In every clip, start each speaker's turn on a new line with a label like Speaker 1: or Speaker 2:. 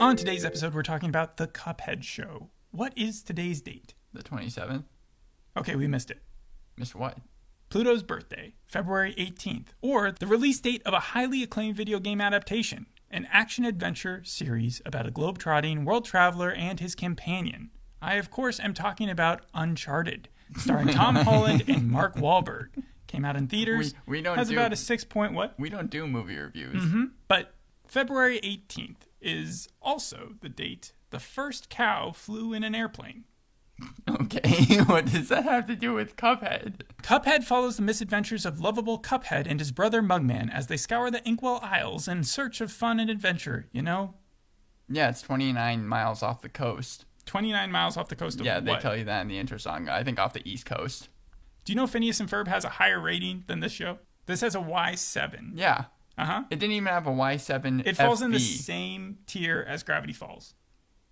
Speaker 1: On today's episode, we're talking about the Cuphead show. What is today's date?
Speaker 2: The 27th?
Speaker 1: Okay, we missed it.
Speaker 2: Missed what?
Speaker 1: Pluto's birthday, February 18th, or the release date of a highly acclaimed video game adaptation, an action adventure series about a globetrotting world traveler and his companion. I, of course, am talking about Uncharted, starring Tom Holland and Mark Wahlberg. Came out in theaters.
Speaker 2: We- we don't
Speaker 1: has
Speaker 2: do-
Speaker 1: about a six point what?
Speaker 2: We don't do movie reviews.
Speaker 1: Mm-hmm. But February 18th is also the date the first cow flew in an airplane.
Speaker 2: Okay, what does that have to do with Cuphead?
Speaker 1: Cuphead follows the misadventures of lovable Cuphead and his brother Mugman as they scour the Inkwell Isles in search of fun and adventure, you know?
Speaker 2: Yeah, it's 29 miles off the coast.
Speaker 1: 29 miles off the coast of
Speaker 2: Yeah, they
Speaker 1: what?
Speaker 2: tell you that in the intro song. I think off the East Coast.
Speaker 1: Do you know Phineas and Ferb has a higher rating than this show? This has a Y7.
Speaker 2: Yeah.
Speaker 1: Uh-huh.
Speaker 2: It didn't even have a Y7.
Speaker 1: It falls in the
Speaker 2: FB.
Speaker 1: same tier as Gravity Falls.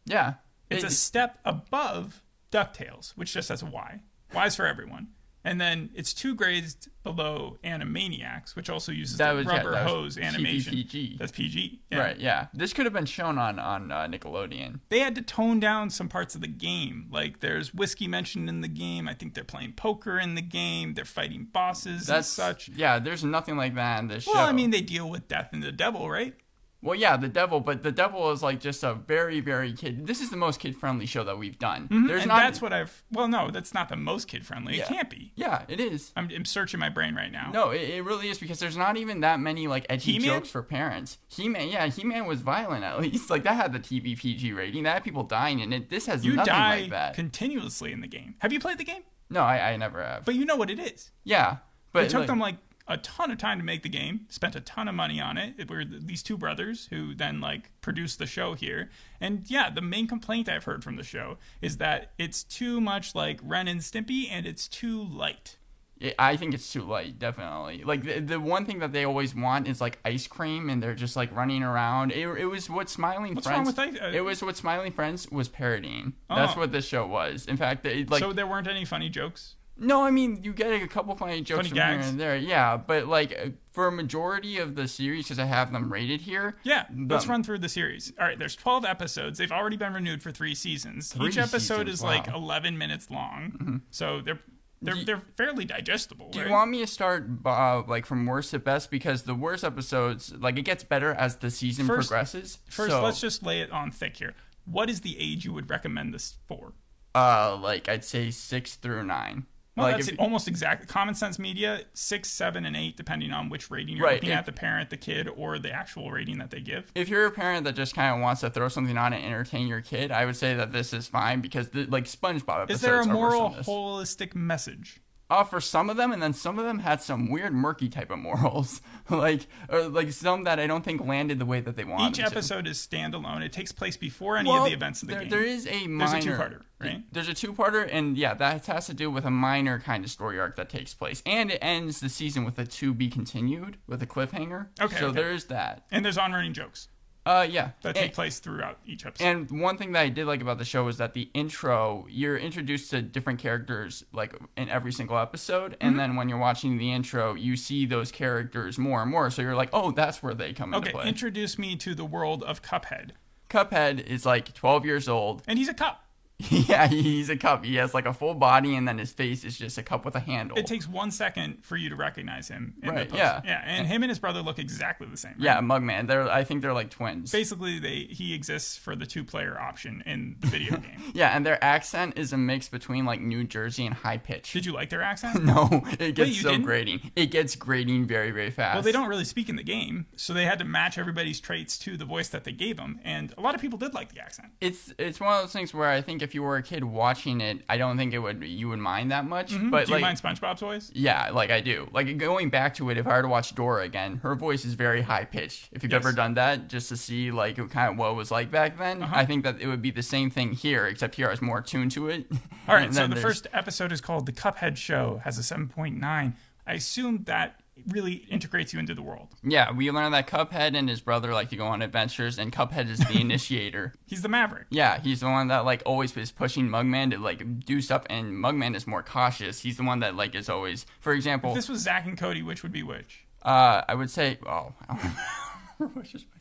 Speaker 2: Yeah.
Speaker 1: It's a
Speaker 2: It-
Speaker 1: step above DuckTales, which just has a Y. Y's for everyone. And then it's two grades below Animaniacs, which also uses
Speaker 2: That
Speaker 1: the
Speaker 2: was- yeah,
Speaker 1: rubber
Speaker 2: that was
Speaker 1: hose animation.
Speaker 2: PG.
Speaker 1: That's PG. yeah.
Speaker 2: Right, yeah. This could have been shown on, on uh, Nickelodeon.
Speaker 1: They had to tone down some parts of the game. Like there's whiskey mentioned in the game. I think they're playing poker in the game. They're fighting bosses
Speaker 2: That's
Speaker 1: and such.
Speaker 2: Yeah, there's nothing like that in this show.
Speaker 1: Well, I mean, they deal with death and the devil, right?
Speaker 2: Well, yeah, the devil, but the devil is like just a very, very kid. This is the most kid-friendly show that we've done. There's
Speaker 1: Mm-hmm, and
Speaker 2: not.
Speaker 1: that's what I've. Well, no, that's not the most kid friendly. It
Speaker 2: Yeah.
Speaker 1: can't be.
Speaker 2: yeah, it is.
Speaker 1: I'm, I'm searching my brain right now.
Speaker 2: No, it, it really is because there's not even that many like edgy
Speaker 1: He-Man?
Speaker 2: jokes for parents. He Man, yeah, He Man was violent at least. Like that had the TV PG rating. That had people dying in it. This has
Speaker 1: you
Speaker 2: nothing
Speaker 1: die
Speaker 2: like that.
Speaker 1: continuously in the game. Have you played the game?
Speaker 2: no, I, I never have.
Speaker 1: But you know what it is.
Speaker 2: yeah, but
Speaker 1: It took
Speaker 2: like,
Speaker 1: them like a ton of time to make the game. Spent a ton of money on it. It were th- these two brothers who then like produced the show here. And yeah, the main complaint I've heard from the show is that it's too much like Ren and Stimpy, and it's too light.
Speaker 2: it- I think it's too light. Definitely. Like the, the one thing that they always want is like ice cream, and they're just like running around. It, it was what Smiling
Speaker 1: What's wrong
Speaker 2: Friends.
Speaker 1: with ice- uh,
Speaker 2: it was what Smiling Friends was parodying. That's
Speaker 1: Oh.
Speaker 2: what this show was. In fact, they, like
Speaker 1: so there weren't any funny jokes.
Speaker 2: No, I mean you get a couple funny jokes
Speaker 1: Funny
Speaker 2: from
Speaker 1: gags.
Speaker 2: here and there, yeah. But like uh, for a majority of the series, because I have them rated here,
Speaker 1: Yeah, let's
Speaker 2: Um,
Speaker 1: run through the series. All right, there's 12 episodes. They've already been renewed for three seasons.
Speaker 2: Three
Speaker 1: Each episode
Speaker 2: seasons,
Speaker 1: is
Speaker 2: wow.
Speaker 1: like 11 minutes long, so they're they're
Speaker 2: Do you-
Speaker 1: they're fairly digestible.
Speaker 2: Do
Speaker 1: right?
Speaker 2: you want me to start uh, like from worst to best? Because the worst episodes, like it gets better as the season
Speaker 1: First-
Speaker 2: progresses.
Speaker 1: First,
Speaker 2: so,
Speaker 1: let's just lay it on thick here. What is the age you would recommend this for?
Speaker 2: uh, like I'd say six through nine.
Speaker 1: Well,
Speaker 2: like
Speaker 1: that's
Speaker 2: if-
Speaker 1: almost exact. Common Sense Media, six, seven, and eight, depending on which rating you're
Speaker 2: Right,
Speaker 1: looking
Speaker 2: if-
Speaker 1: at—the parent, the kid, or the actual rating that they give.
Speaker 2: if you're a parent that just kind of wants to throw something on and entertain your kid, I would say that this is fine because the, like SpongeBob episodes
Speaker 1: Is there a
Speaker 2: are worse
Speaker 1: moral
Speaker 2: than this.
Speaker 1: holistic message?
Speaker 2: uh, for some of them, and then some of them had some weird murky type of morals, like or like some that I don't think landed the way that they wanted.
Speaker 1: Each
Speaker 2: to.
Speaker 1: episode is standalone. It takes place before any
Speaker 2: Well,
Speaker 1: of the events of the
Speaker 2: there,
Speaker 1: game.
Speaker 2: There is a minor.
Speaker 1: two-parter, right?
Speaker 2: There's a two-parter, and yeah, that has to do with a minor kind of story arc that takes place, and it ends the season with a to be continued with a cliffhanger.
Speaker 1: Okay,
Speaker 2: so
Speaker 1: okay.
Speaker 2: there is that.
Speaker 1: and there's on-running jokes.
Speaker 2: Uh, yeah.
Speaker 1: that
Speaker 2: And-
Speaker 1: take place throughout each episode.
Speaker 2: And one thing that I did like about the show was that the intro, you're introduced to different characters like in every single episode,
Speaker 1: Mm-hmm.
Speaker 2: and then when you're watching the intro, you see those characters more and more. So you're like, oh, that's where they come into
Speaker 1: okay,
Speaker 2: play.
Speaker 1: introduce me to the world of Cuphead.
Speaker 2: Cuphead is like 12 years old.
Speaker 1: And he's a cup.
Speaker 2: yeah, he's a cup. He has like a full body, and then his face is just a cup with a handle.
Speaker 1: It takes one second for you to recognize him. In
Speaker 2: Oh. Right,
Speaker 1: the post.
Speaker 2: yeah.
Speaker 1: Yeah, and him and his brother look exactly the same. right?
Speaker 2: yeah, Mugman. They're I think they're like twins.
Speaker 1: Basically, they he exists for the two-player option in the video game.
Speaker 2: Yeah, and their accent is a mix between like New Jersey and high pitch.
Speaker 1: Did you like their accent?
Speaker 2: No, it gets
Speaker 1: you
Speaker 2: so
Speaker 1: didn't?
Speaker 2: grating. It gets grating very, very fast.
Speaker 1: Well, they don't really speak in the game, so they had to match everybody's traits to the voice that they gave them. And a lot of people did like the accent.
Speaker 2: it's it's one of those things where I think if you were a kid watching it, I don't think it would you would mind that much. But
Speaker 1: Mm-hmm. Do
Speaker 2: like,
Speaker 1: you mind SpongeBob's voice?
Speaker 2: yeah, like I do. Like going back to it, if I were to watch Dora again, her voice is very high pitched. If you've
Speaker 1: Yes.
Speaker 2: ever done that, just to see like kind of what it was like back then,
Speaker 1: Uh-huh.
Speaker 2: I think that it would be the same thing here, except here I was more tuned to it.
Speaker 1: All right,
Speaker 2: And
Speaker 1: so
Speaker 2: then
Speaker 1: the
Speaker 2: there's-
Speaker 1: first episode is called The Cuphead Show, has a 7.9. I assume that really integrates you into the world.
Speaker 2: yeah, we learned that Cuphead and his brother like to go on adventures, and Cuphead is the initiator.
Speaker 1: He's the Maverick.
Speaker 2: Yeah, he's the one that like always is pushing Mugman to like do stuff, and Mugman is more cautious. He's the one that like is always, for example,
Speaker 1: If this was Zach and Cody, which would be which?
Speaker 2: uh, I would say, oh,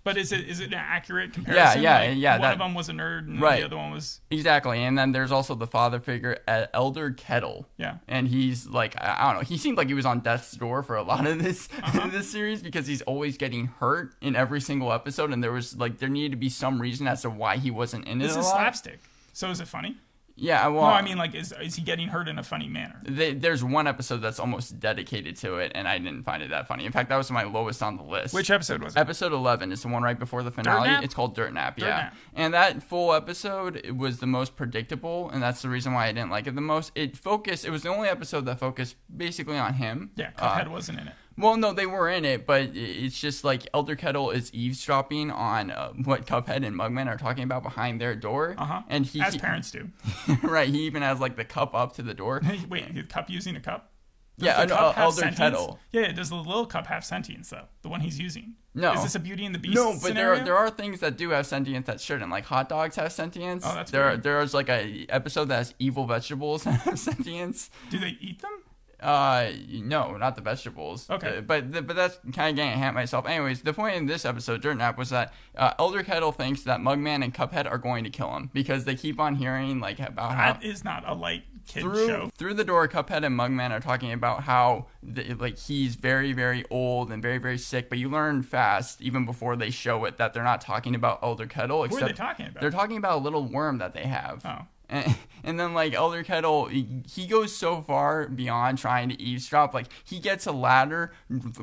Speaker 1: But is it is it an accurate comparison?
Speaker 2: yeah,
Speaker 1: Like,
Speaker 2: yeah,
Speaker 1: One
Speaker 2: that-
Speaker 1: of them was a nerd, and
Speaker 2: Right.
Speaker 1: the other one was
Speaker 2: Exactly. And then there's also the father figure, uh, Elder Kettle.
Speaker 1: yeah.
Speaker 2: And he's like, I I don't know. He seemed like he was on death's door for a lot of this
Speaker 1: Uh-huh.
Speaker 2: this series because he's always getting hurt in every single episode. And there was like there needed to be some reason as to why he wasn't in it.
Speaker 1: This
Speaker 2: a
Speaker 1: is
Speaker 2: lot.
Speaker 1: slapstick. So is it funny?
Speaker 2: Yeah. Well,
Speaker 1: No, I mean like is is he getting hurt in a funny manner?
Speaker 2: they, there's one episode that's almost dedicated to it, and I didn't find it that funny. In fact, that was my lowest on the list.
Speaker 1: Which episode was it?
Speaker 2: Episode 11 is the one right before the finale.
Speaker 1: Nap?
Speaker 2: It's called Dirt Nap, yeah.
Speaker 1: Nap.
Speaker 2: And that full episode it was the most predictable, and that's the reason why I didn't like it the most. It focused, it was the only episode that focused basically on him.
Speaker 1: Yeah,
Speaker 2: Uh,
Speaker 1: Cuphead wasn't in it.
Speaker 2: well, no, they were in it, but i- it's just like Elder Kettle is eavesdropping on uh, what Cuphead and Mugman are talking about behind their door.
Speaker 1: Uh huh.
Speaker 2: And he,
Speaker 1: as parents do.
Speaker 2: right, he even has like the cup up to the door.
Speaker 1: Wait, the cup using a cup? Does
Speaker 2: yeah,
Speaker 1: the
Speaker 2: an uh,
Speaker 1: cup have
Speaker 2: Elder
Speaker 1: sentience?
Speaker 2: Kettle.
Speaker 1: Yeah, does the little cup have sentience though? The one he's using.
Speaker 2: No.
Speaker 1: Is this a Beauty and the Beast?
Speaker 2: No, but there
Speaker 1: scenario?
Speaker 2: are, there are things that do have sentience that shouldn't. Like hot dogs have sentience.
Speaker 1: Oh, that's
Speaker 2: there
Speaker 1: weird.
Speaker 2: there's like a episode that has evil vegetables that have sentience.
Speaker 1: Do they eat them?
Speaker 2: Uh, no, not the vegetables.
Speaker 1: Okay.
Speaker 2: Uh, but th- but that's kind of getting ahead of myself. Anyways, the point in this episode, Dirt Nap, was that uh, Elder Kettle thinks that Mugman and Cuphead are going to kill him because they keep on hearing like about how
Speaker 1: That is not a light kid
Speaker 2: Uh-huh. through
Speaker 1: show.
Speaker 2: through the door, Cuphead and Mugman are talking about how th like he's very very old and very very sick. But you learn fast, even before they show it, that they're not talking about Elder Kettle.
Speaker 1: What
Speaker 2: Except
Speaker 1: are they talking about?
Speaker 2: they're talking about a little worm that they have.
Speaker 1: Oh.
Speaker 2: And, and then like Elder Kettle, he he goes so far beyond trying to eavesdrop. Like he gets a ladder,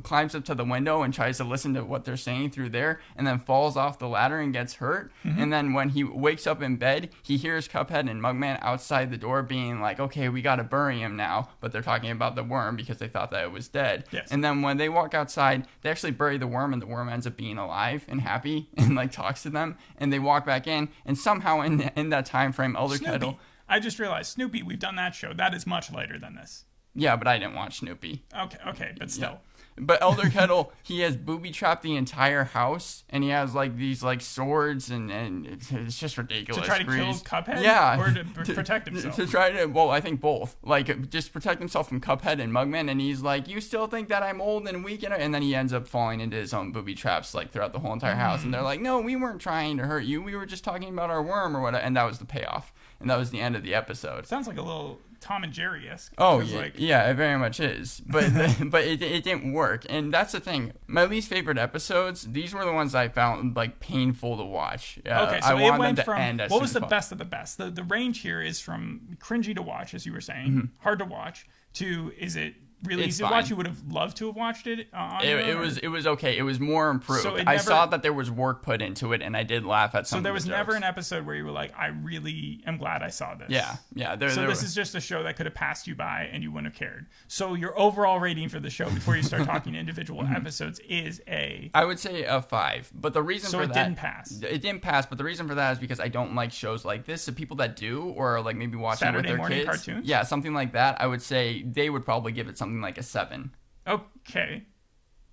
Speaker 2: climbs up to the window, and tries to listen to what they're saying through there, and then falls off the ladder and gets hurt. And then when he wakes up in bed, he hears Cuphead and Mugman outside the door being like, "Okay, we gotta bury him now," but they're talking about the worm because they thought that it was dead.
Speaker 1: Yes.
Speaker 2: And then when they walk outside, they actually bury the worm, and the worm ends up being alive and happy, and like talks to them. And they walk back in, and somehow in in that time frame, Elder
Speaker 1: Snoopy.
Speaker 2: Kettle.
Speaker 1: I just realized Snoopy. We've done that show. That is much lighter than this.
Speaker 2: Yeah, but I didn't watch Snoopy.
Speaker 1: Okay, okay, but still.
Speaker 2: But Elder Kettle, he has booby trapped the entire house, and he has like these like swords, and and it's, it's just ridiculous.
Speaker 1: To try to kill
Speaker 2: Grease.
Speaker 1: Cuphead?
Speaker 2: yeah,
Speaker 1: Or to pr- protect himself?
Speaker 2: To try to, well, I think both. Like just protect himself from Cuphead and Mugman, and he's like, "You still think that I'm old and weak?" And, and then he ends up falling into his own booby traps, like throughout the whole entire house.
Speaker 1: Mm.
Speaker 2: And they're like, "No, we weren't trying to hurt you. We were just talking about our worm or whatever." And that was the payoff, and that was the end of the episode.
Speaker 1: Sounds like a little Tom and Jerry esque.
Speaker 2: Oh yeah,
Speaker 1: Like,
Speaker 2: yeah, it very much is, but but it, it didn't work, and that's the thing. My least favorite episodes; these were the ones I found like painful to watch. Uh,
Speaker 1: okay, so
Speaker 2: I
Speaker 1: it
Speaker 2: wanted
Speaker 1: went
Speaker 2: them to
Speaker 1: from
Speaker 2: end as
Speaker 1: what
Speaker 2: soon
Speaker 1: was
Speaker 2: as
Speaker 1: the
Speaker 2: possible.
Speaker 1: best of the best. The the range here is from cringy to watch, as you were saying, hard to watch, to is it
Speaker 2: Mm-hmm.
Speaker 1: really
Speaker 2: It's
Speaker 1: easy to watch?
Speaker 2: fine.
Speaker 1: You would have loved to have watched it. Uh, on your
Speaker 2: It,
Speaker 1: own,
Speaker 2: it
Speaker 1: or-
Speaker 2: was it was okay. It was more improved.
Speaker 1: So it
Speaker 2: I
Speaker 1: never-
Speaker 2: saw that there was work put into it, and I did laugh at some.
Speaker 1: So there
Speaker 2: of
Speaker 1: was
Speaker 2: the
Speaker 1: never an
Speaker 2: jokes.
Speaker 1: episode where you were like, I really am glad I saw this.
Speaker 2: Yeah, yeah. There,
Speaker 1: So
Speaker 2: there
Speaker 1: this
Speaker 2: was-
Speaker 1: is just a show that could have passed you by and you wouldn't have cared. So your overall rating for the show before you start talking individual
Speaker 2: Mm-hmm.
Speaker 1: episodes is a
Speaker 2: I would say a five, but the reason
Speaker 1: So
Speaker 2: for
Speaker 1: it
Speaker 2: that
Speaker 1: didn't pass.
Speaker 2: It didn't pass, but the reason for that is because I don't like shows like this. So people that do, or like maybe watching
Speaker 1: Saturday
Speaker 2: with their
Speaker 1: morning
Speaker 2: kids,
Speaker 1: cartoons?
Speaker 2: yeah, something like that. I would say they would probably give it something like a seven.
Speaker 1: okay.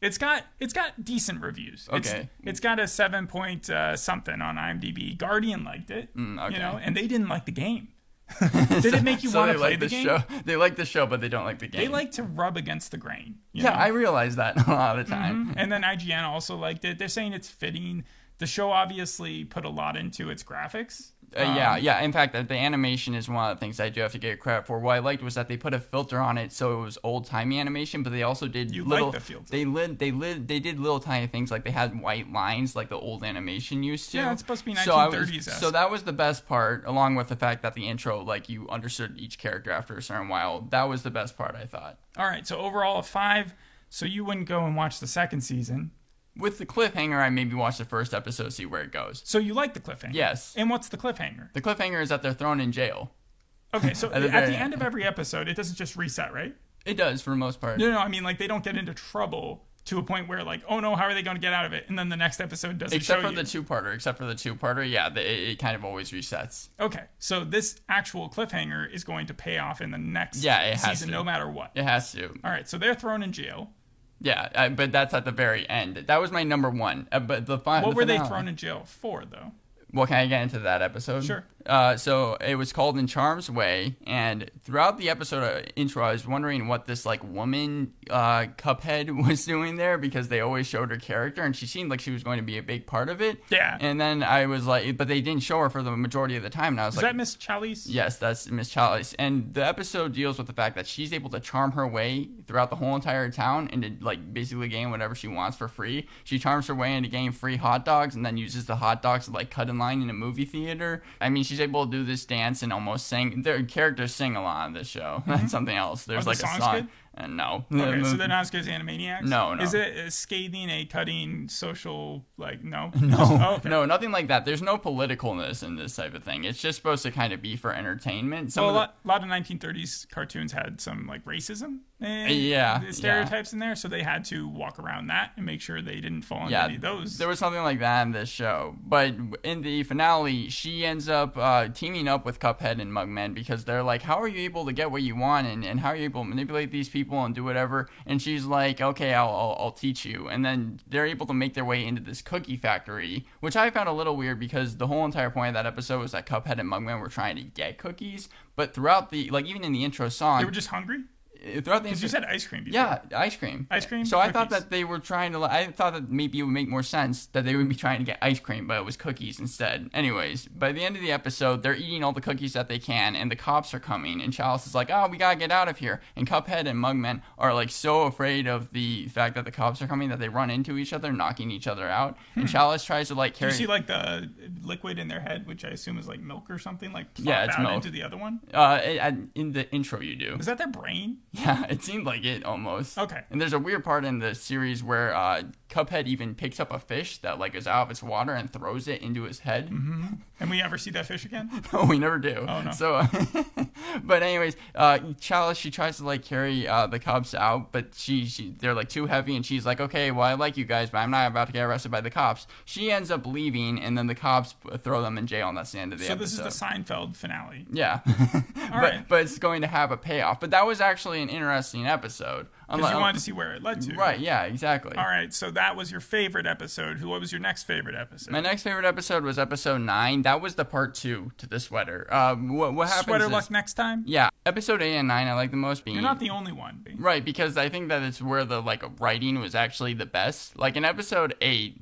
Speaker 1: It's got it's got decent reviews. It's-
Speaker 2: Okay.
Speaker 1: it's got a seven point uh, something on IMDb. Guardian liked it,
Speaker 2: Mm, okay.
Speaker 1: you know, and they didn't like the game. Did it make you
Speaker 2: so
Speaker 1: want
Speaker 2: they
Speaker 1: to play
Speaker 2: like
Speaker 1: the,
Speaker 2: the
Speaker 1: game?
Speaker 2: show. They like the show, but they don't like the game.
Speaker 1: They like to rub against the grain. you
Speaker 2: Yeah,
Speaker 1: know?
Speaker 2: I realize that a lot of the time.
Speaker 1: and then IGN also liked it. They're saying it's fitting. The show obviously put a lot into its graphics.
Speaker 2: Uh, yeah,
Speaker 1: Um,
Speaker 2: yeah. In fact, uh, the animation is one of the things I do have to get credit for. What I liked was that they put a filter on it, so it was old timey animation. But they also did
Speaker 1: You like
Speaker 2: little.
Speaker 1: the filter.
Speaker 2: they lid, they lid, they did little tiny things like they had white lines, like the old animation used to.
Speaker 1: Yeah, it's supposed to be
Speaker 2: So I was-
Speaker 1: 1930s-esque.
Speaker 2: So that was the best part, along with the fact that the intro, like you understood each character after a certain while. That was the best part, I thought.
Speaker 1: All right, so overall a five. So you wouldn't go and watch the second season.
Speaker 2: With the cliffhanger, I maybe watched the first episode, see where it goes.
Speaker 1: So you like the cliffhanger?
Speaker 2: Yes.
Speaker 1: And what's the cliffhanger?
Speaker 2: The cliffhanger is that they're thrown in jail.
Speaker 1: Okay, so
Speaker 2: At
Speaker 1: at
Speaker 2: the
Speaker 1: the,
Speaker 2: very
Speaker 1: end of every episode, it doesn't just reset, right?
Speaker 2: It does for the most part.
Speaker 1: No, no, I mean like they don't get into trouble to a point where like, oh no, how are they going to get out of it? And then the next episode doesn't
Speaker 2: except
Speaker 1: show
Speaker 2: for
Speaker 1: you.
Speaker 2: the two-parter except for the two-parter yeah the, it, it kind of always resets
Speaker 1: okay, so this actual cliffhanger is going to pay off in the next
Speaker 2: Yeah, it has
Speaker 1: season,
Speaker 2: to.
Speaker 1: no matter what.
Speaker 2: it has to
Speaker 1: All right, so they're thrown in jail.
Speaker 2: yeah I, but that's at the very end that was my number one uh, but the final
Speaker 1: What were they thrown in jail for, though?
Speaker 2: Well, can I get into that episode?
Speaker 1: Sure.
Speaker 2: Uh, so it was called In Charm's Way, and throughout the episode uh, intro, I was wondering what this like woman uh, Cuphead was doing there because they always showed her character, and she seemed like she was going to be a big part of it.
Speaker 1: Yeah.
Speaker 2: And then I was like, but they didn't show her for the majority of the time, and I was
Speaker 1: Is
Speaker 2: like,
Speaker 1: that Miss Chalice?
Speaker 2: Yes, that's Miss Chalice. And the episode deals with the fact that she's able to charm her way throughout the whole entire town and to like basically gain whatever she wants for free. She charms her way into getting free hot dogs and then uses the hot dogs to like cut in line in a movie theater. I mean, she's able to do this dance and almost sing. Their characters sing a lot on this show. That's something else. There's
Speaker 1: Are
Speaker 2: like
Speaker 1: Mm-hmm. the
Speaker 2: a
Speaker 1: songs
Speaker 2: song.
Speaker 1: good?
Speaker 2: Uh, no.
Speaker 1: Okay, so they're not as good as Animaniacs.
Speaker 2: No, no.
Speaker 1: Is it a scathing, a cutting, social like no?
Speaker 2: No,
Speaker 1: Oh, okay.
Speaker 2: no, nothing like that. There's no politicalness in this type of thing. It's just supposed to kind of be for entertainment. Some
Speaker 1: Well, a
Speaker 2: of the-
Speaker 1: lot, lot of 1930s cartoons had some like racism, and
Speaker 2: Yeah, yeah.
Speaker 1: stereotypes in there, so they had to walk around that and make sure they didn't fall into any of those.
Speaker 2: There was something like that in this show. But in the finale, she ends up uh, teaming up with Cuphead and Mugman because they're like, How are you able to get what you want? And, and how are you able to manipulate these people and do whatever? And she's like, Okay, I'll, I'll, I'll teach you. And then they're able to make their way into this cookie factory, which I found a little weird because the whole entire point of that episode was that Cuphead and Mugman were trying to get cookies. But throughout the, like, even in the intro song,
Speaker 1: they were just hungry
Speaker 2: throughout the intro,
Speaker 1: because you said ice cream. Before.
Speaker 2: yeah, ice cream.
Speaker 1: Ice cream,
Speaker 2: So I thought
Speaker 1: cookies.
Speaker 2: that they were trying to. I thought that maybe it would make more sense that they would be trying to get ice cream, but it was cookies instead. Anyways, by the end of the episode, they're eating all the cookies that they can, and the cops are coming. And Chalice is like, "Oh, we gotta get out of here." And Cuphead and Mugman are like so afraid of the fact that the cops are coming that they run into each other, knocking each other out. And Chalice tries to like
Speaker 1: Hmm. Do
Speaker 2: carry.
Speaker 1: you see like the liquid in their head, which I assume is like milk or something, like plop
Speaker 2: Yeah, it's
Speaker 1: out
Speaker 2: milk.
Speaker 1: into the other one.
Speaker 2: uh, it- I- in the intro, you do.
Speaker 1: Is that their brain?
Speaker 2: Yeah, it seemed like it almost.
Speaker 1: Okay.
Speaker 2: And there's a weird part in the series where uh, Cuphead even picks up a fish that like is out of its water and throws it into his head.
Speaker 1: Mm-hmm. And we ever see that fish again?
Speaker 2: No, we never do.
Speaker 1: Oh, no.
Speaker 2: So, but anyways, uh, Chalice she tries to like carry uh, the cops out, but she, she they're like too heavy, and she's like, okay, well I like you guys, but I'm not about to get arrested by the cops. She ends up leaving, and then the cops throw them in jail, and that's the end of the
Speaker 1: so
Speaker 2: episode.
Speaker 1: this is the Seinfeld finale.
Speaker 2: yeah, but,
Speaker 1: right.
Speaker 2: but it's going to have a payoff. But that was actually an interesting episode.
Speaker 1: Because
Speaker 2: Unlike-
Speaker 1: you wanted to see where it led to.
Speaker 2: Right, yeah, exactly.
Speaker 1: All right. So that was your favorite episode. Who? What was your next favorite episode?
Speaker 2: My next favorite episode was episode nine. That was the part two to the sweater. Um, what, what happens?
Speaker 1: Sweater
Speaker 2: is-
Speaker 1: luck next time.
Speaker 2: Yeah, episode eight and nine I like the most. Being
Speaker 1: You're not the only one.
Speaker 2: right because I think that it's where the like writing was actually the best. Like in episode eight,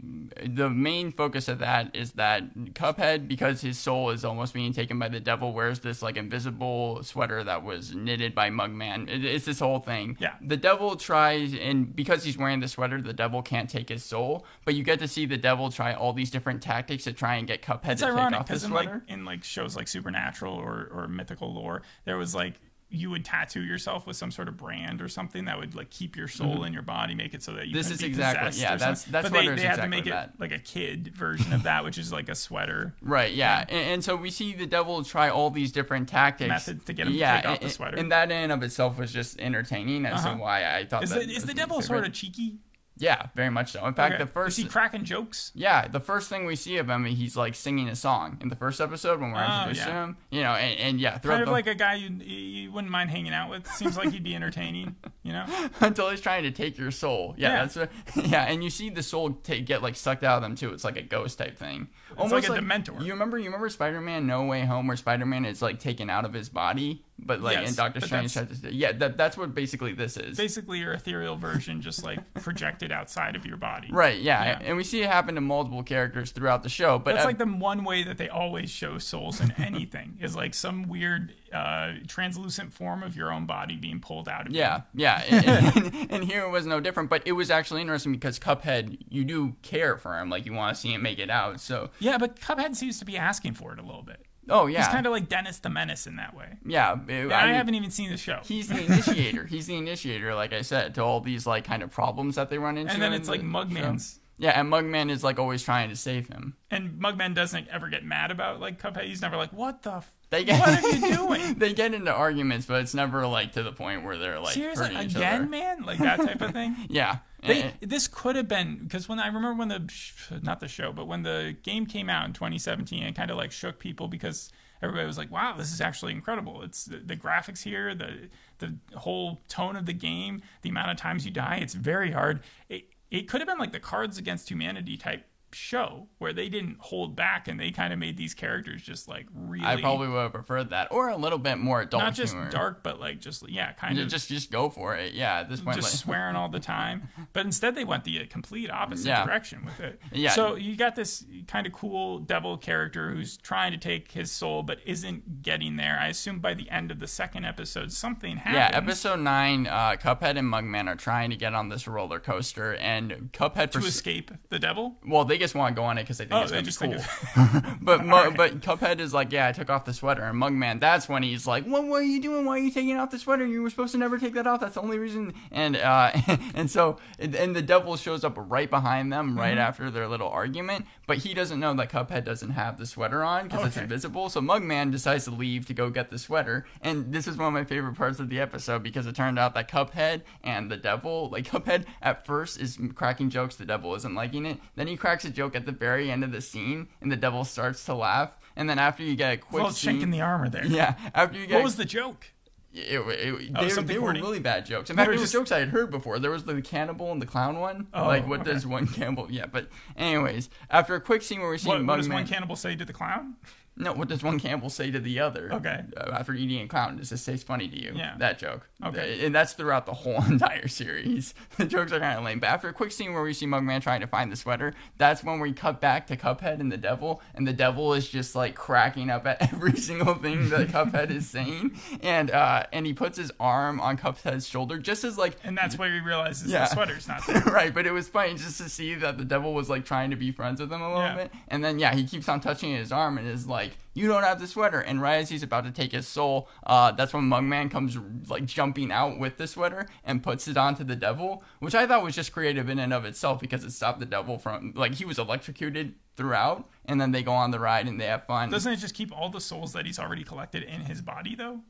Speaker 2: the main focus of that is that Cuphead, because his soul is almost being taken by the devil, wears this like invisible sweater that was knitted by Mugman. It, it's this whole thing.
Speaker 1: Yeah.
Speaker 2: The devil tries, and because he's wearing the sweater, the devil can't take his soul. But you get to see the devil try all these different tactics to try and get Cuphead
Speaker 1: It's
Speaker 2: to take
Speaker 1: ironic
Speaker 2: off the
Speaker 1: because in like
Speaker 2: sweater.
Speaker 1: in like shows like Supernatural or or mythical lore, there was like you would tattoo yourself with some sort of brand or something that would like keep your soul in your body, make it so that you.
Speaker 2: Mm-hmm. This
Speaker 1: couldn't
Speaker 2: is
Speaker 1: be
Speaker 2: exactly-
Speaker 1: possessed
Speaker 2: yeah,
Speaker 1: or
Speaker 2: that's-
Speaker 1: something.
Speaker 2: that's
Speaker 1: But they,
Speaker 2: what it is
Speaker 1: they had to
Speaker 2: exactly
Speaker 1: make it
Speaker 2: that.
Speaker 1: like a kid version of that, which is like a sweater
Speaker 2: Right, yeah. And, and so we see the devil try all these different tactics.
Speaker 1: Methods to get him to take off the
Speaker 2: and-
Speaker 1: sweater.
Speaker 2: And that in and of itself was just entertaining as to
Speaker 1: Uh-huh.
Speaker 2: why I thought
Speaker 1: Is
Speaker 2: that.
Speaker 1: the, is
Speaker 2: was
Speaker 1: the
Speaker 2: my
Speaker 1: devil sort
Speaker 2: favorite.
Speaker 1: of cheeky?
Speaker 2: Yeah, very much so. In fact,
Speaker 1: Okay.
Speaker 2: the first.
Speaker 1: is he cracking jokes?
Speaker 2: yeah, the first thing we see of him, he's like singing a song in the first episode when we're
Speaker 1: Oh,
Speaker 2: introduced to
Speaker 1: yeah.
Speaker 2: him. You know, and, and yeah, throughout
Speaker 1: Kind of
Speaker 2: the,
Speaker 1: like a guy you you wouldn't mind hanging out with. Seems like he'd be entertaining, you know.
Speaker 2: until he's trying to take your soul. Yeah,
Speaker 1: Yeah.
Speaker 2: that's what, yeah, and you see the soul take, get like sucked out of them too. It's like a ghost type thing,
Speaker 1: like a Dementor.
Speaker 2: You remember, you remember Spider-Man: No Way Home, where Spider-Man is like taken out of his body, but like
Speaker 1: Yes,
Speaker 2: and Doctor
Speaker 1: but
Speaker 2: Strange
Speaker 1: that's-
Speaker 2: tries to, yeah, that, that's what basically this is.
Speaker 1: Basically, your ethereal version, just like projected outside of your body.
Speaker 2: Right, yeah.
Speaker 1: Yeah.
Speaker 2: and we see it happen to multiple characters throughout the show. But
Speaker 1: That's
Speaker 2: ev-
Speaker 1: like the one way that they always show souls in anything is like some weird uh, translucent form of your own body being pulled out of you.
Speaker 2: Yeah, yeah. And, and- and here it was no different, but it was actually interesting because Cuphead, you do care for him, like you want to see him make it out. So,
Speaker 1: Yeah, but Cuphead seems to be asking for it a little bit.
Speaker 2: oh yeah,
Speaker 1: He's kind of like Dennis the Menace in that way.
Speaker 2: yeah. it-
Speaker 1: I,
Speaker 2: mean,
Speaker 1: haven't even seen the show.
Speaker 2: He's the initiator. he's the initiator, like I said, to all these like kind of problems that they run into.
Speaker 1: and then
Speaker 2: in
Speaker 1: it's like
Speaker 2: the show.
Speaker 1: Mugman's.
Speaker 2: Yeah, and Mugman is like always trying to save him.
Speaker 1: And Mugman doesn't ever get mad about like Cuphead. He's never like, "What the? F-
Speaker 2: They get
Speaker 1: what are you doing?"
Speaker 2: they get into arguments, but it's never like to the point where they're like
Speaker 1: Seriously,
Speaker 2: hurting each
Speaker 1: again,
Speaker 2: other. Eh.
Speaker 1: man, like that type of thing.
Speaker 2: Yeah.
Speaker 1: They,
Speaker 2: And-
Speaker 1: this could have been because when I remember when the sh- not the show, but when the game came out in 2017, it kind of like shook people because everybody was like, "Wow, this is actually incredible! It's the, the graphics here, the the whole tone of the game, the amount of times you die. It's very hard. It it could have been like the Cards Against Humanity type show where they didn't hold back and they kind of made these characters just like really
Speaker 2: I probably would have preferred that, or a little bit more adult
Speaker 1: not just
Speaker 2: humor.
Speaker 1: dark but like just yeah kind
Speaker 2: Ju-
Speaker 1: of just,
Speaker 2: Just, just go for it. Yeah, at this point, like-
Speaker 1: swearing all the time but instead they went the uh, complete opposite
Speaker 2: Yeah.
Speaker 1: direction with it
Speaker 2: Yeah.
Speaker 1: so you got this kind of cool devil character who's trying to take his soul but isn't getting there I assume by the end of the second episode something
Speaker 2: yeah.
Speaker 1: happens
Speaker 2: Episode nine, uh, Cuphead and Mugman are trying to get on this roller coaster, and Cuphead
Speaker 1: to
Speaker 2: pers-
Speaker 1: escape the devil
Speaker 2: Well, they just want to go on it because they think
Speaker 1: Oh,
Speaker 2: it's
Speaker 1: they
Speaker 2: going to
Speaker 1: just
Speaker 2: be
Speaker 1: think
Speaker 2: cool. but Mu- but Cuphead is like, yeah, I took off the sweater, and Mugman, that's when he's like, what, what are you doing? Why are you taking off the sweater? You were supposed to never take that off. That's the only reason. And uh, and so and, and the devil shows up right behind them right after their little argument, but he doesn't know that Cuphead doesn't have the sweater on because it's
Speaker 1: Okay.
Speaker 2: invisible. So Mugman decides to leave to go get the sweater, and this is one of my favorite parts of the episode because it turned out that Cuphead and the devil, like Cuphead at first is cracking jokes, the devil isn't liking it. Then he cracks a joke at the very end of the scene, and the devil starts to laugh. And then after you get a quick
Speaker 1: well it's
Speaker 2: scene,
Speaker 1: shaking the armor there
Speaker 2: yeah, after you get
Speaker 1: what was the joke
Speaker 2: it, it, they,
Speaker 1: something
Speaker 2: they were
Speaker 1: corny.
Speaker 2: really bad jokes. In fact,
Speaker 1: were
Speaker 2: there were
Speaker 1: just-
Speaker 2: jokes I had heard before. There was the cannibal and the clown one.
Speaker 1: Oh,
Speaker 2: like what
Speaker 1: okay.
Speaker 2: does one cannibal? Yeah, but anyways, after a quick scene where we see
Speaker 1: what, what does
Speaker 2: Mugman-
Speaker 1: one cannibal say to the clown
Speaker 2: no, what does one cannibal say to the other?
Speaker 1: Okay.
Speaker 2: Uh, after eating a clown, does this taste funny to you?
Speaker 1: Yeah.
Speaker 2: That joke.
Speaker 1: Okay.
Speaker 2: Th- And that's throughout the whole entire series. The jokes are kind of lame. But after a quick scene where we see Mugman trying to find the sweater, that's when we cut back to Cuphead and the devil. And the devil is just like cracking up at every single thing that Cuphead is saying. And, uh, and he puts his arm on Cuphead's shoulder just as like
Speaker 1: and that's where he realizes
Speaker 2: Yeah.
Speaker 1: the sweater's not there
Speaker 2: right, but it was funny just to see that the devil was like trying to be friends with him a little
Speaker 1: Yeah.
Speaker 2: bit. And then yeah, he keeps on touching his arm and is like, "You don't have the sweater." And right as he's about to take his soul, uh, that's when Mugman comes like jumping out with the sweater and puts it onto the devil, which I thought was just creative in and of itself because it stopped the devil from like he was electrocuted throughout. And then they go on the ride and they have fun.
Speaker 1: Doesn't it just keep all the souls that he's already collected in his body, though?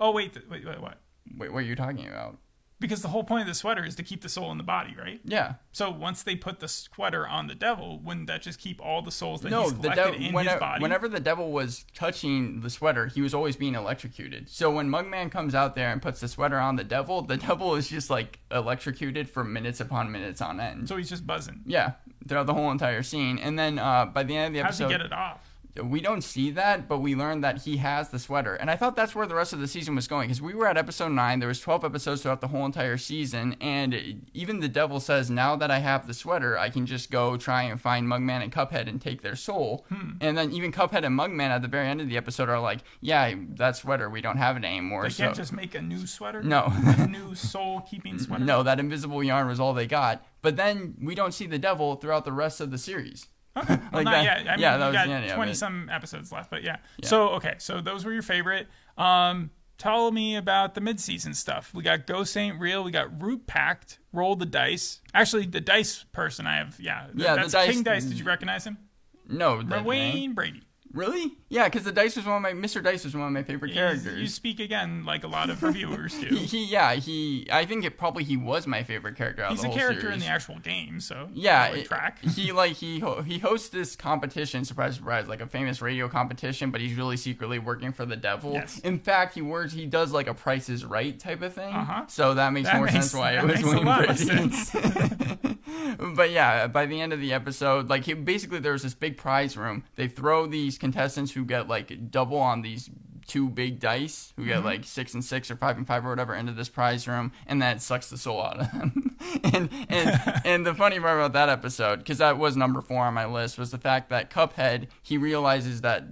Speaker 1: Oh wait, th- wait, wait, what?
Speaker 2: Wait, what are you talking about?
Speaker 1: Because the whole point of the sweater is to keep the soul in the body, right?
Speaker 2: Yeah.
Speaker 1: So once they put the sweater on the devil, wouldn't that just keep all the souls that
Speaker 2: No,
Speaker 1: he's
Speaker 2: the
Speaker 1: collected
Speaker 2: devil.
Speaker 1: in
Speaker 2: whenever,
Speaker 1: his body?
Speaker 2: whenever the devil was touching the sweater, he was always being electrocuted. So when Mugman comes out there and puts the sweater on the devil, the devil is just like electrocuted for minutes upon minutes on end.
Speaker 1: so he's just buzzing.
Speaker 2: yeah, throughout the whole entire scene, and then uh, by the end of the
Speaker 1: How does he
Speaker 2: episode,
Speaker 1: get it off?
Speaker 2: we don't see that, but we learn that he has the sweater. And I thought that's where the rest of the season was going because we were at episode nine. There was twelve episodes throughout the whole entire season, and even the devil says, "Now that I have the sweater, I can just go try and find Mugman and Cuphead and take their soul."
Speaker 1: Hmm.
Speaker 2: And then even Cuphead and Mugman at the very end of the episode are like, "Yeah, that sweater, we don't have it anymore."
Speaker 1: They
Speaker 2: so
Speaker 1: can't just make a new sweater.
Speaker 2: no.
Speaker 1: a new soul-keeping sweater.
Speaker 2: No, that invisible yarn was all they got. But then we don't see the devil throughout the rest of the series.
Speaker 1: Okay. Well,
Speaker 2: Like
Speaker 1: not
Speaker 2: that-
Speaker 1: yet. I mean,
Speaker 2: yeah,
Speaker 1: you
Speaker 2: that was
Speaker 1: got
Speaker 2: the end of it.
Speaker 1: 20 some episodes left, but yeah. So, okay. So, those were your favorite. Um, tell me about the midseason stuff. We got Ghost Ain't Real. We got Root Pact, Roll the Dice. Actually, the dice person I have, yeah. th-
Speaker 2: Yeah, the
Speaker 1: that's
Speaker 2: dice-
Speaker 1: King Dice. Did you recognize him?
Speaker 2: No, the,
Speaker 1: Wayne Brady.
Speaker 2: Really? Yeah, because the dice was one of my Mr. Dice was one of my favorite
Speaker 1: He's-
Speaker 2: characters.
Speaker 1: You speak again like a lot of reviewers do.
Speaker 2: He, he, yeah, he. I think it probably he was my favorite character. Out of
Speaker 1: He's
Speaker 2: the
Speaker 1: a
Speaker 2: whole
Speaker 1: character
Speaker 2: series.
Speaker 1: in the actual game, so
Speaker 2: Yeah,
Speaker 1: it would
Speaker 2: it-
Speaker 1: track.
Speaker 2: he like he ho- he hosts this competition. Surprise, surprise! Like a famous radio competition, but he's really secretly working for the devil.
Speaker 1: Yes.
Speaker 2: In fact, he works. He does like a Price is Right type of thing.
Speaker 1: Uh-huh.
Speaker 2: So that makes
Speaker 1: That
Speaker 2: more
Speaker 1: makes-
Speaker 2: sense why
Speaker 1: that
Speaker 2: it was
Speaker 1: makes a
Speaker 2: Wayne
Speaker 1: lot of
Speaker 2: Brady. but yeah, by the end of the episode, like he, basically there's this big prize room. They throw these contestants who get like double on these two big dice, who get
Speaker 1: Mm-hmm.
Speaker 2: like six and six or five and five or whatever, into this prize room, and then it sucks the soul out of them. and and and the funny part about that episode, because that was number four on my list, was the fact that Cuphead he realizes that.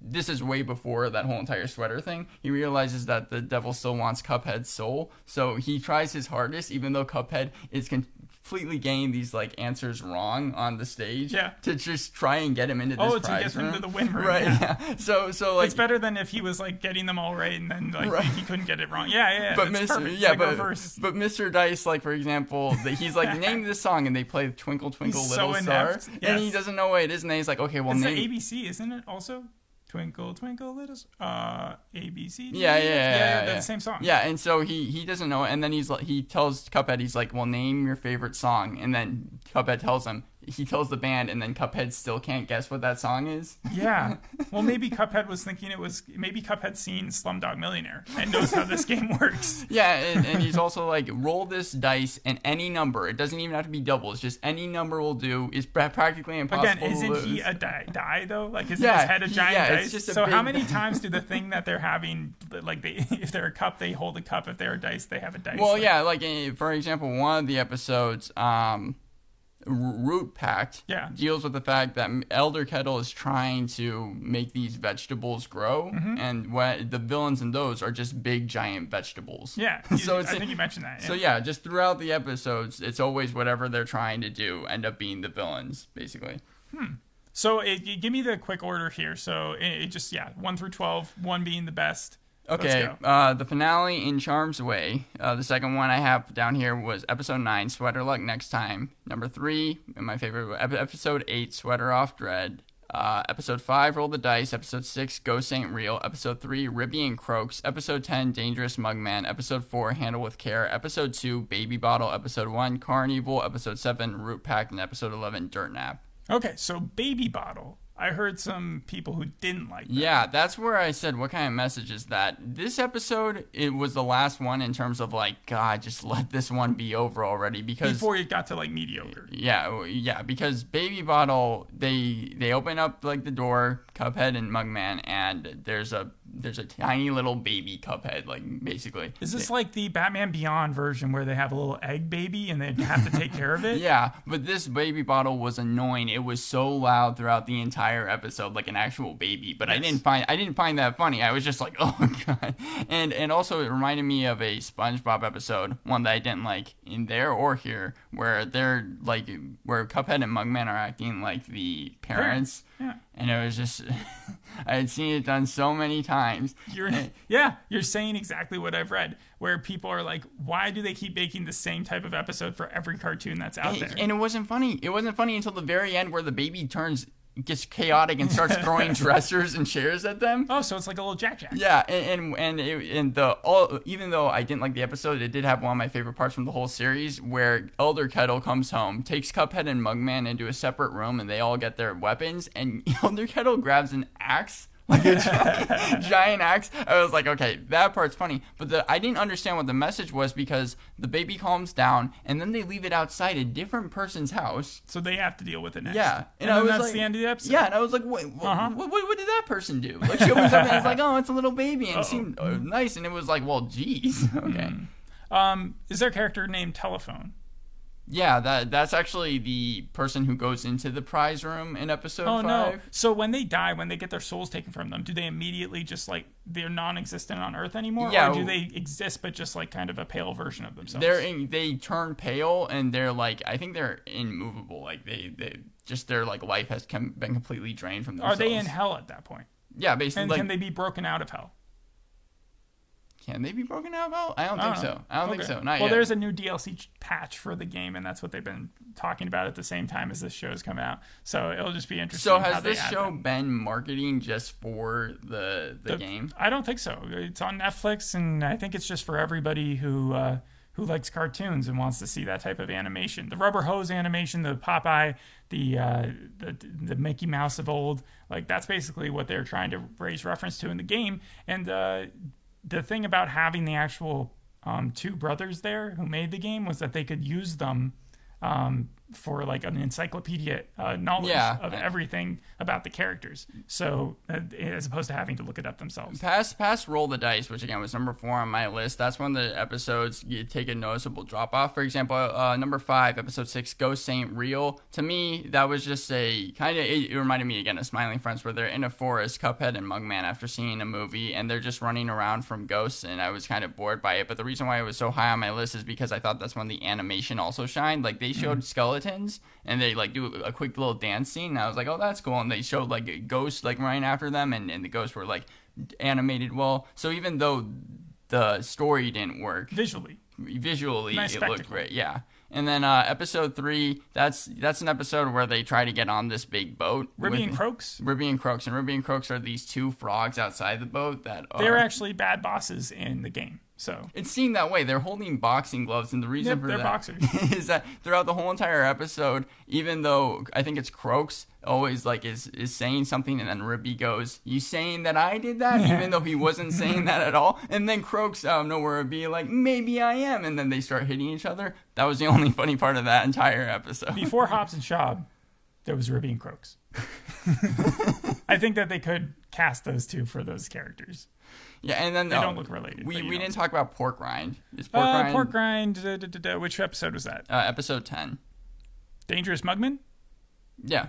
Speaker 2: This is way before that whole entire sweater thing. He realizes that the devil still wants Cuphead's soul, so he tries his hardest, even though Cuphead is con- completely getting these like answers wrong on the stage
Speaker 1: Yeah.
Speaker 2: to just try and get him into this
Speaker 1: Oh, to
Speaker 2: prize
Speaker 1: get him
Speaker 2: room.
Speaker 1: to the win room,
Speaker 2: right
Speaker 1: yeah.
Speaker 2: yeah. so so like
Speaker 1: it's better than if he was like getting them all right and then like
Speaker 2: Right.
Speaker 1: he couldn't get it wrong. Yeah, yeah, yeah.
Speaker 2: but
Speaker 1: that's
Speaker 2: Mr.
Speaker 1: perfect. It's
Speaker 2: Yeah,
Speaker 1: like
Speaker 2: but,
Speaker 1: reverse
Speaker 2: but Mr. Dice, like for example, that he's like name this song and they play Twinkle Twinkle
Speaker 1: He's
Speaker 2: Little
Speaker 1: so
Speaker 2: Star,
Speaker 1: inept,
Speaker 2: and
Speaker 1: yes.
Speaker 2: he doesn't know what it is, and then he's like, okay, well
Speaker 1: It's
Speaker 2: name.
Speaker 1: the ABC, isn't it? Also, Twinkle Twinkle Little S- uh ABC.
Speaker 2: yeah, yeah, yeah, yeah,
Speaker 1: that's
Speaker 2: yeah.
Speaker 1: the same song.
Speaker 2: Yeah, and so he he doesn't know, and then he's like, he tells Cuphead, he's like, well, name your favorite song, and then Cuphead tells him he tells the band, and then Cuphead still can't guess what that song is.
Speaker 1: Yeah. Well, maybe Cuphead was thinking it was maybe Cuphead's seen Slumdog Millionaire and knows how this game works.
Speaker 2: Yeah, and, and he's also like, roll this dice and any number. It doesn't even have to be doubles. Just any number will do. It's pra- practically impossible.
Speaker 1: Again, isn't
Speaker 2: to lose.
Speaker 1: he a die, die though? Like, isn't
Speaker 2: Yeah,
Speaker 1: his head a
Speaker 2: he-
Speaker 1: giant
Speaker 2: yeah,
Speaker 1: dice?
Speaker 2: it's just a
Speaker 1: so, how
Speaker 2: big-
Speaker 1: many times do the thing that they're having, like, they if they're a cup, they hold a cup. If they're a dice, they have a dice.
Speaker 2: Well,
Speaker 1: Like,
Speaker 2: yeah, like eh, for example, one of the episodes, um, R- Root Pact,
Speaker 1: Yeah.
Speaker 2: deals with the fact that Elder Kettle is trying to make these vegetables grow,
Speaker 1: Mm-hmm.
Speaker 2: and what the villains in those are just big giant vegetables.
Speaker 1: Yeah.
Speaker 2: So
Speaker 1: so
Speaker 2: it's-
Speaker 1: I think you mentioned that.
Speaker 2: So yeah, just throughout the episodes, it's always whatever they're trying to do end up being the villains, basically.
Speaker 1: So it, you give me the quick order here. So it, it just yeah, one through twelve, one being the best. Let's
Speaker 2: Okay,
Speaker 1: go.
Speaker 2: uh, the finale in Charm's Way. Uh, the second one I have down here was episode nine, Sweater Luck Next Time. Number three, and my favorite, ep- episode eight, Sweater Off Dread. Uh, episode five, Roll the Dice. Episode six, Go Saint Real. Episode three, Ribby and Croaks. Episode ten, Dangerous Mugman. Episode four, Handle with Care. Episode two, Baby Bottle. Episode one, Carnival. Episode seven, Root Pack. And episode eleven, Dirt Nap.
Speaker 1: Okay, so baby bottle. I heard some people who didn't like. That.
Speaker 2: Yeah, that's where I said, what kind of message is that? This episode, it was the last one in terms of like, God, just let this one be over already because.
Speaker 1: Before it got to like mediocre.
Speaker 2: yeah, w- yeah, because Baby Bottle, they they open up like the door, Cuphead and Mugman, and there's a there's a tiny little baby Cuphead, like basically.
Speaker 1: Is this like the Batman Beyond version where they have a little egg baby and they have to take care of it?
Speaker 2: Yeah, but this baby bottle was annoying. It was so loud throughout the entire episode, like an actual baby. But I
Speaker 1: Yes.
Speaker 2: didn't find I didn't find that funny. I was just like, oh god. And and also it reminded me of a SpongeBob episode, one that I didn't like in there or here, where they're like where Cuphead and Mugman are acting like the parents.
Speaker 1: Yeah.
Speaker 2: And it was just I had seen it done so many times.
Speaker 1: You're, yeah, you're saying exactly what I've read, where people are like, why do they keep making the same type of episode for every cartoon that's out there?
Speaker 2: And it wasn't funny. It wasn't funny until the very end where the baby turns gets chaotic and starts throwing dressers and chairs at them.
Speaker 1: Oh, so it's like a little Jack Jack.
Speaker 2: Yeah, and and and, it, and the all even though I didn't like the episode, it did have one of my favorite parts from the whole series where Elder Kettle comes home, takes Cuphead and Mugman into a separate room, and they all get their weapons, and Elder Kettle grabs an axe. Like a giant, giant axe. I was like, okay, that part's funny, but the, I didn't understand what the message was because the baby calms down, and then they leave it outside a different person's house.
Speaker 1: So they have to deal with it next.
Speaker 2: Yeah,
Speaker 1: And, then that's the end of the episode. Uh-huh.
Speaker 2: Yeah, and I was like, wait, wh- what, what, what did that person do? Like she opens up and it's like, oh, it's a little baby, and it seemed uh, nice, and it was like, well, geez,
Speaker 1: Hmm.
Speaker 2: okay,
Speaker 1: Um, is there a character named Telephone?
Speaker 2: yeah, that that's actually the person who goes into the prize room in episode
Speaker 1: Oh
Speaker 2: five.
Speaker 1: no! So when they die, when they get their souls taken from them, do they immediately just like they're non-existent on Earth anymore,
Speaker 2: Yeah,
Speaker 1: or do
Speaker 2: w-
Speaker 1: they exist but just like kind of a pale version of themselves?
Speaker 2: They're in, they turn pale and they're like I think they're immovable like they, they just their like life has com- been completely drained from
Speaker 1: Are
Speaker 2: themselves.
Speaker 1: they in hell at that point?
Speaker 2: Yeah, basically.
Speaker 1: And
Speaker 2: like,
Speaker 1: can they be broken out of hell?
Speaker 2: can they be broken out? Well, I don't think
Speaker 1: don't know.
Speaker 2: so. I don't think
Speaker 1: Oh, Okay.
Speaker 2: so. Not
Speaker 1: well,
Speaker 2: yet.
Speaker 1: there's a new DLC ch- patch for the game, and that's what they've been talking about at the same time as this show's come out. So it'll just be interesting.
Speaker 2: So
Speaker 1: how
Speaker 2: has
Speaker 1: they
Speaker 2: this
Speaker 1: add
Speaker 2: show
Speaker 1: that.
Speaker 2: been marketing just for the the,
Speaker 1: The-
Speaker 2: game?
Speaker 1: I don't think so. It's on Netflix, and I think it's just for everybody who uh, who likes cartoons and wants to see that type of animation. The rubber hose animation, the Popeye, the uh, the the Mickey Mouse of old, like that's basically what they're trying to raise reference to in the game. And uh, the thing about having the actual um, two brothers there who made the game was that they could use them. Um, for like an encyclopedia uh, knowledge
Speaker 2: Yeah.
Speaker 1: of everything about the characters, so uh, as opposed to having to look it up themselves.
Speaker 2: Past past roll the dice, which again was number four on my list. That's one of the episodes you take a noticeable drop off. For example, uh, number five, episode six, Go Saint Real. To me, that was just a kind of. It, it reminded me again of Smiling Friends, where they're in a forest, Cuphead and Mugman, after seeing a movie, and they're just running around from ghosts. And I was kind of bored by it. But the reason why it was so high on my list is because I thought that's when the animation also shined. Like they showed skeletons, and they like do a quick little dance scene. And I was like, oh, that's cool. And they showed like a ghost like running after them, and, and the ghosts were like animated well. So even though the story didn't work
Speaker 1: visually.
Speaker 2: visually,
Speaker 1: Nice
Speaker 2: it looked
Speaker 1: spectacle.
Speaker 2: great. Yeah. And then uh, episode three, that's that's an episode where they try to get on this big boat.
Speaker 1: Ribby
Speaker 2: with-
Speaker 1: and Croaks,
Speaker 2: Ribby and Croaks, and Ribby and Croaks are these two frogs outside the boat that are
Speaker 1: they're actually bad bosses in the game. So
Speaker 2: It seemed that way. They're holding boxing gloves, and the reason
Speaker 1: Yep,
Speaker 2: for
Speaker 1: they're
Speaker 2: that
Speaker 1: boxers.
Speaker 2: is that throughout the whole entire episode, even though I think it's Croaks always like is is saying something, and then Ribby goes, "You saying that I did that?" Even though he wasn't saying that at all, and then Croaks out of nowhere would be like, "Maybe I am," and then they start hitting each other. That was the only funny part of that entire episode.
Speaker 1: before Hobbs and Shaw, there was Ruby and Croaks. I think that they could cast those two for those characters.
Speaker 2: Yeah, and then
Speaker 1: They
Speaker 2: oh,
Speaker 1: don't look related,
Speaker 2: We
Speaker 1: but you
Speaker 2: we
Speaker 1: know.
Speaker 2: didn't talk about pork rind. Is pork
Speaker 1: Uh,
Speaker 2: rind
Speaker 1: pork grind. Da, da, da, da, which episode was that?
Speaker 2: uh, episode ten?
Speaker 1: Dangerous Mugman.
Speaker 2: Yeah.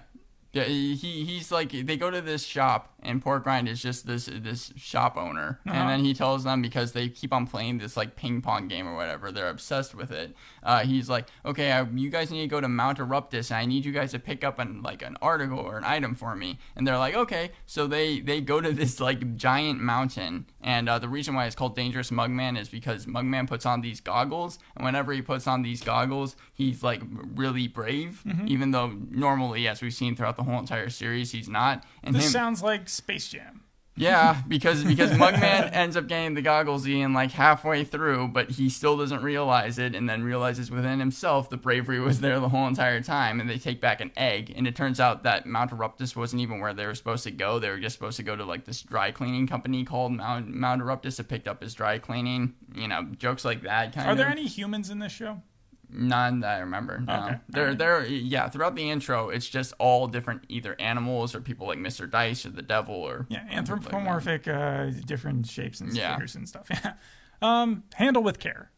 Speaker 2: Yeah, he he- he's like they go to this shop and Pork Rind is just this this shop owner,
Speaker 1: Uh-huh.
Speaker 2: and then he tells them because they keep on playing this like ping pong game or whatever, they're obsessed with it. Uh, he's like, okay, I, you guys need to go to Mount Eruptus, and I need you guys to pick up an like an article or an item for me. And they're like, okay, so they they go to this like giant mountain, and uh, the reason why it's called Dangerous Mugman is because Mugman puts on these goggles, and whenever he puts on these goggles, he's like really brave, even though normally, as we've seen throughout the whole entire series, he's not. And
Speaker 1: This
Speaker 2: him-
Speaker 1: sounds like Space Jam.
Speaker 2: yeah, because because Mugman ends up getting the goggles in like halfway through, but he still doesn't realize it, and then realizes within himself the bravery was there the whole entire time. And they take back an egg, and it turns out that Mount Eruptus wasn't even where they were supposed to go. They were just supposed to go to like this dry cleaning company called Mount Mount Eruptus that picked up his dry cleaning. You know, jokes like that. Kind
Speaker 1: Are
Speaker 2: of.
Speaker 1: there any humans in this show?
Speaker 2: None that I remember. No.
Speaker 1: Okay.
Speaker 2: There, there, yeah. Throughout the intro, it's just all different, either animals or people like Mr. Dice or the Devil or
Speaker 1: Yeah,
Speaker 2: like that.
Speaker 1: anthropomorphic, uh, different shapes and
Speaker 2: Yeah.
Speaker 1: figures and stuff. Yeah. Um, handle with care.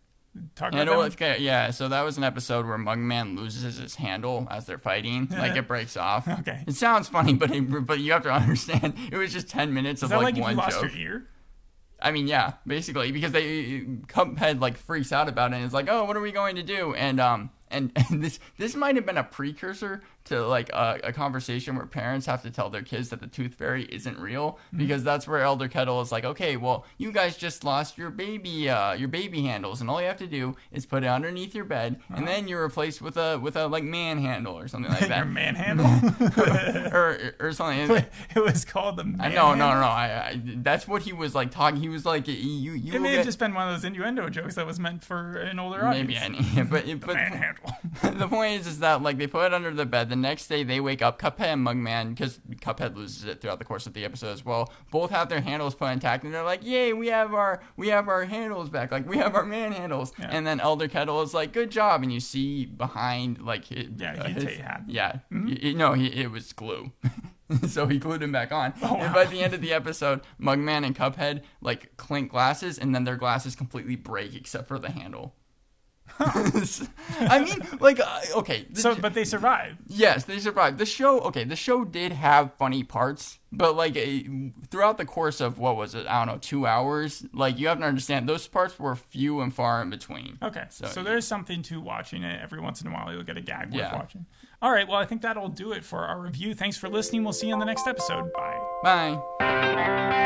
Speaker 1: Talk about that
Speaker 2: Handle
Speaker 1: one?
Speaker 2: with care. Yeah, so that was an episode where Mugman loses his handle as they're fighting. Like it breaks off.
Speaker 1: Okay.
Speaker 2: It sounds funny, but it, but you have to understand it was just ten minutes
Speaker 1: Is
Speaker 2: of
Speaker 1: that
Speaker 2: like,
Speaker 1: like, if you
Speaker 2: one
Speaker 1: lost
Speaker 2: joke.
Speaker 1: your ear?
Speaker 2: I mean, yeah, basically because they Cuphead like freaks out about it and is like, oh, what are we going to do? And um and, and this this might have been a precursor to like a, a conversation where parents have to tell their kids that the tooth fairy isn't real
Speaker 1: Hmm.
Speaker 2: because that's where Elder Kettle is like, okay, well, you guys just lost your baby uh your baby handles and all you have to do is put it underneath your bed and then you're replaced with a with a like man handle or something like
Speaker 1: Your
Speaker 2: that
Speaker 1: manhandle?
Speaker 2: or or something.
Speaker 1: it was called the
Speaker 2: I
Speaker 1: manhandle.
Speaker 2: no no no I, I that's what he was like talking he was like you you
Speaker 1: It
Speaker 2: will
Speaker 1: may
Speaker 2: get-
Speaker 1: have just been one of those innuendo jokes that was meant for an older audience.
Speaker 2: Maybe I need, but but
Speaker 1: Manhandle.
Speaker 2: the point is, is that like they put it under the bed. The next day they wake up. Cuphead and Mugman, because Cuphead loses it throughout the course of the episode as well. Both have their handles put intact, and they're like, "Yay, we have our we have our handles back. Like we have our man handles."
Speaker 1: Yeah.
Speaker 2: And then Elder Kettle is like, "Good job," and you see behind like hi-
Speaker 1: Yeah,
Speaker 2: uh,
Speaker 1: he
Speaker 2: his-
Speaker 1: ta- had- Hmm?
Speaker 2: yeah, Y- y- no, he, it was glue. so he glued him back on.
Speaker 1: Oh,
Speaker 2: And
Speaker 1: wow.
Speaker 2: by the end of the episode, Mugman and Cuphead like clink glasses, and then their glasses completely break except for the handle. I mean, like, uh, okay. the
Speaker 1: So,
Speaker 2: j-
Speaker 1: but they survived.
Speaker 2: yes, they survived. The show, okay, the show did have funny parts, but like eh, throughout the course of what was it? I don't know, two hours. Like you have to understand, those parts were few and far in between.
Speaker 1: Okay, so,
Speaker 2: So-
Speaker 1: there's something to watching it. Every once in a while, you'll get a gag
Speaker 2: Yeah.
Speaker 1: worth watching. All right, well, I think that'll do it for our review. Thanks for listening. We'll see you on the next episode. Bye.
Speaker 2: Bye.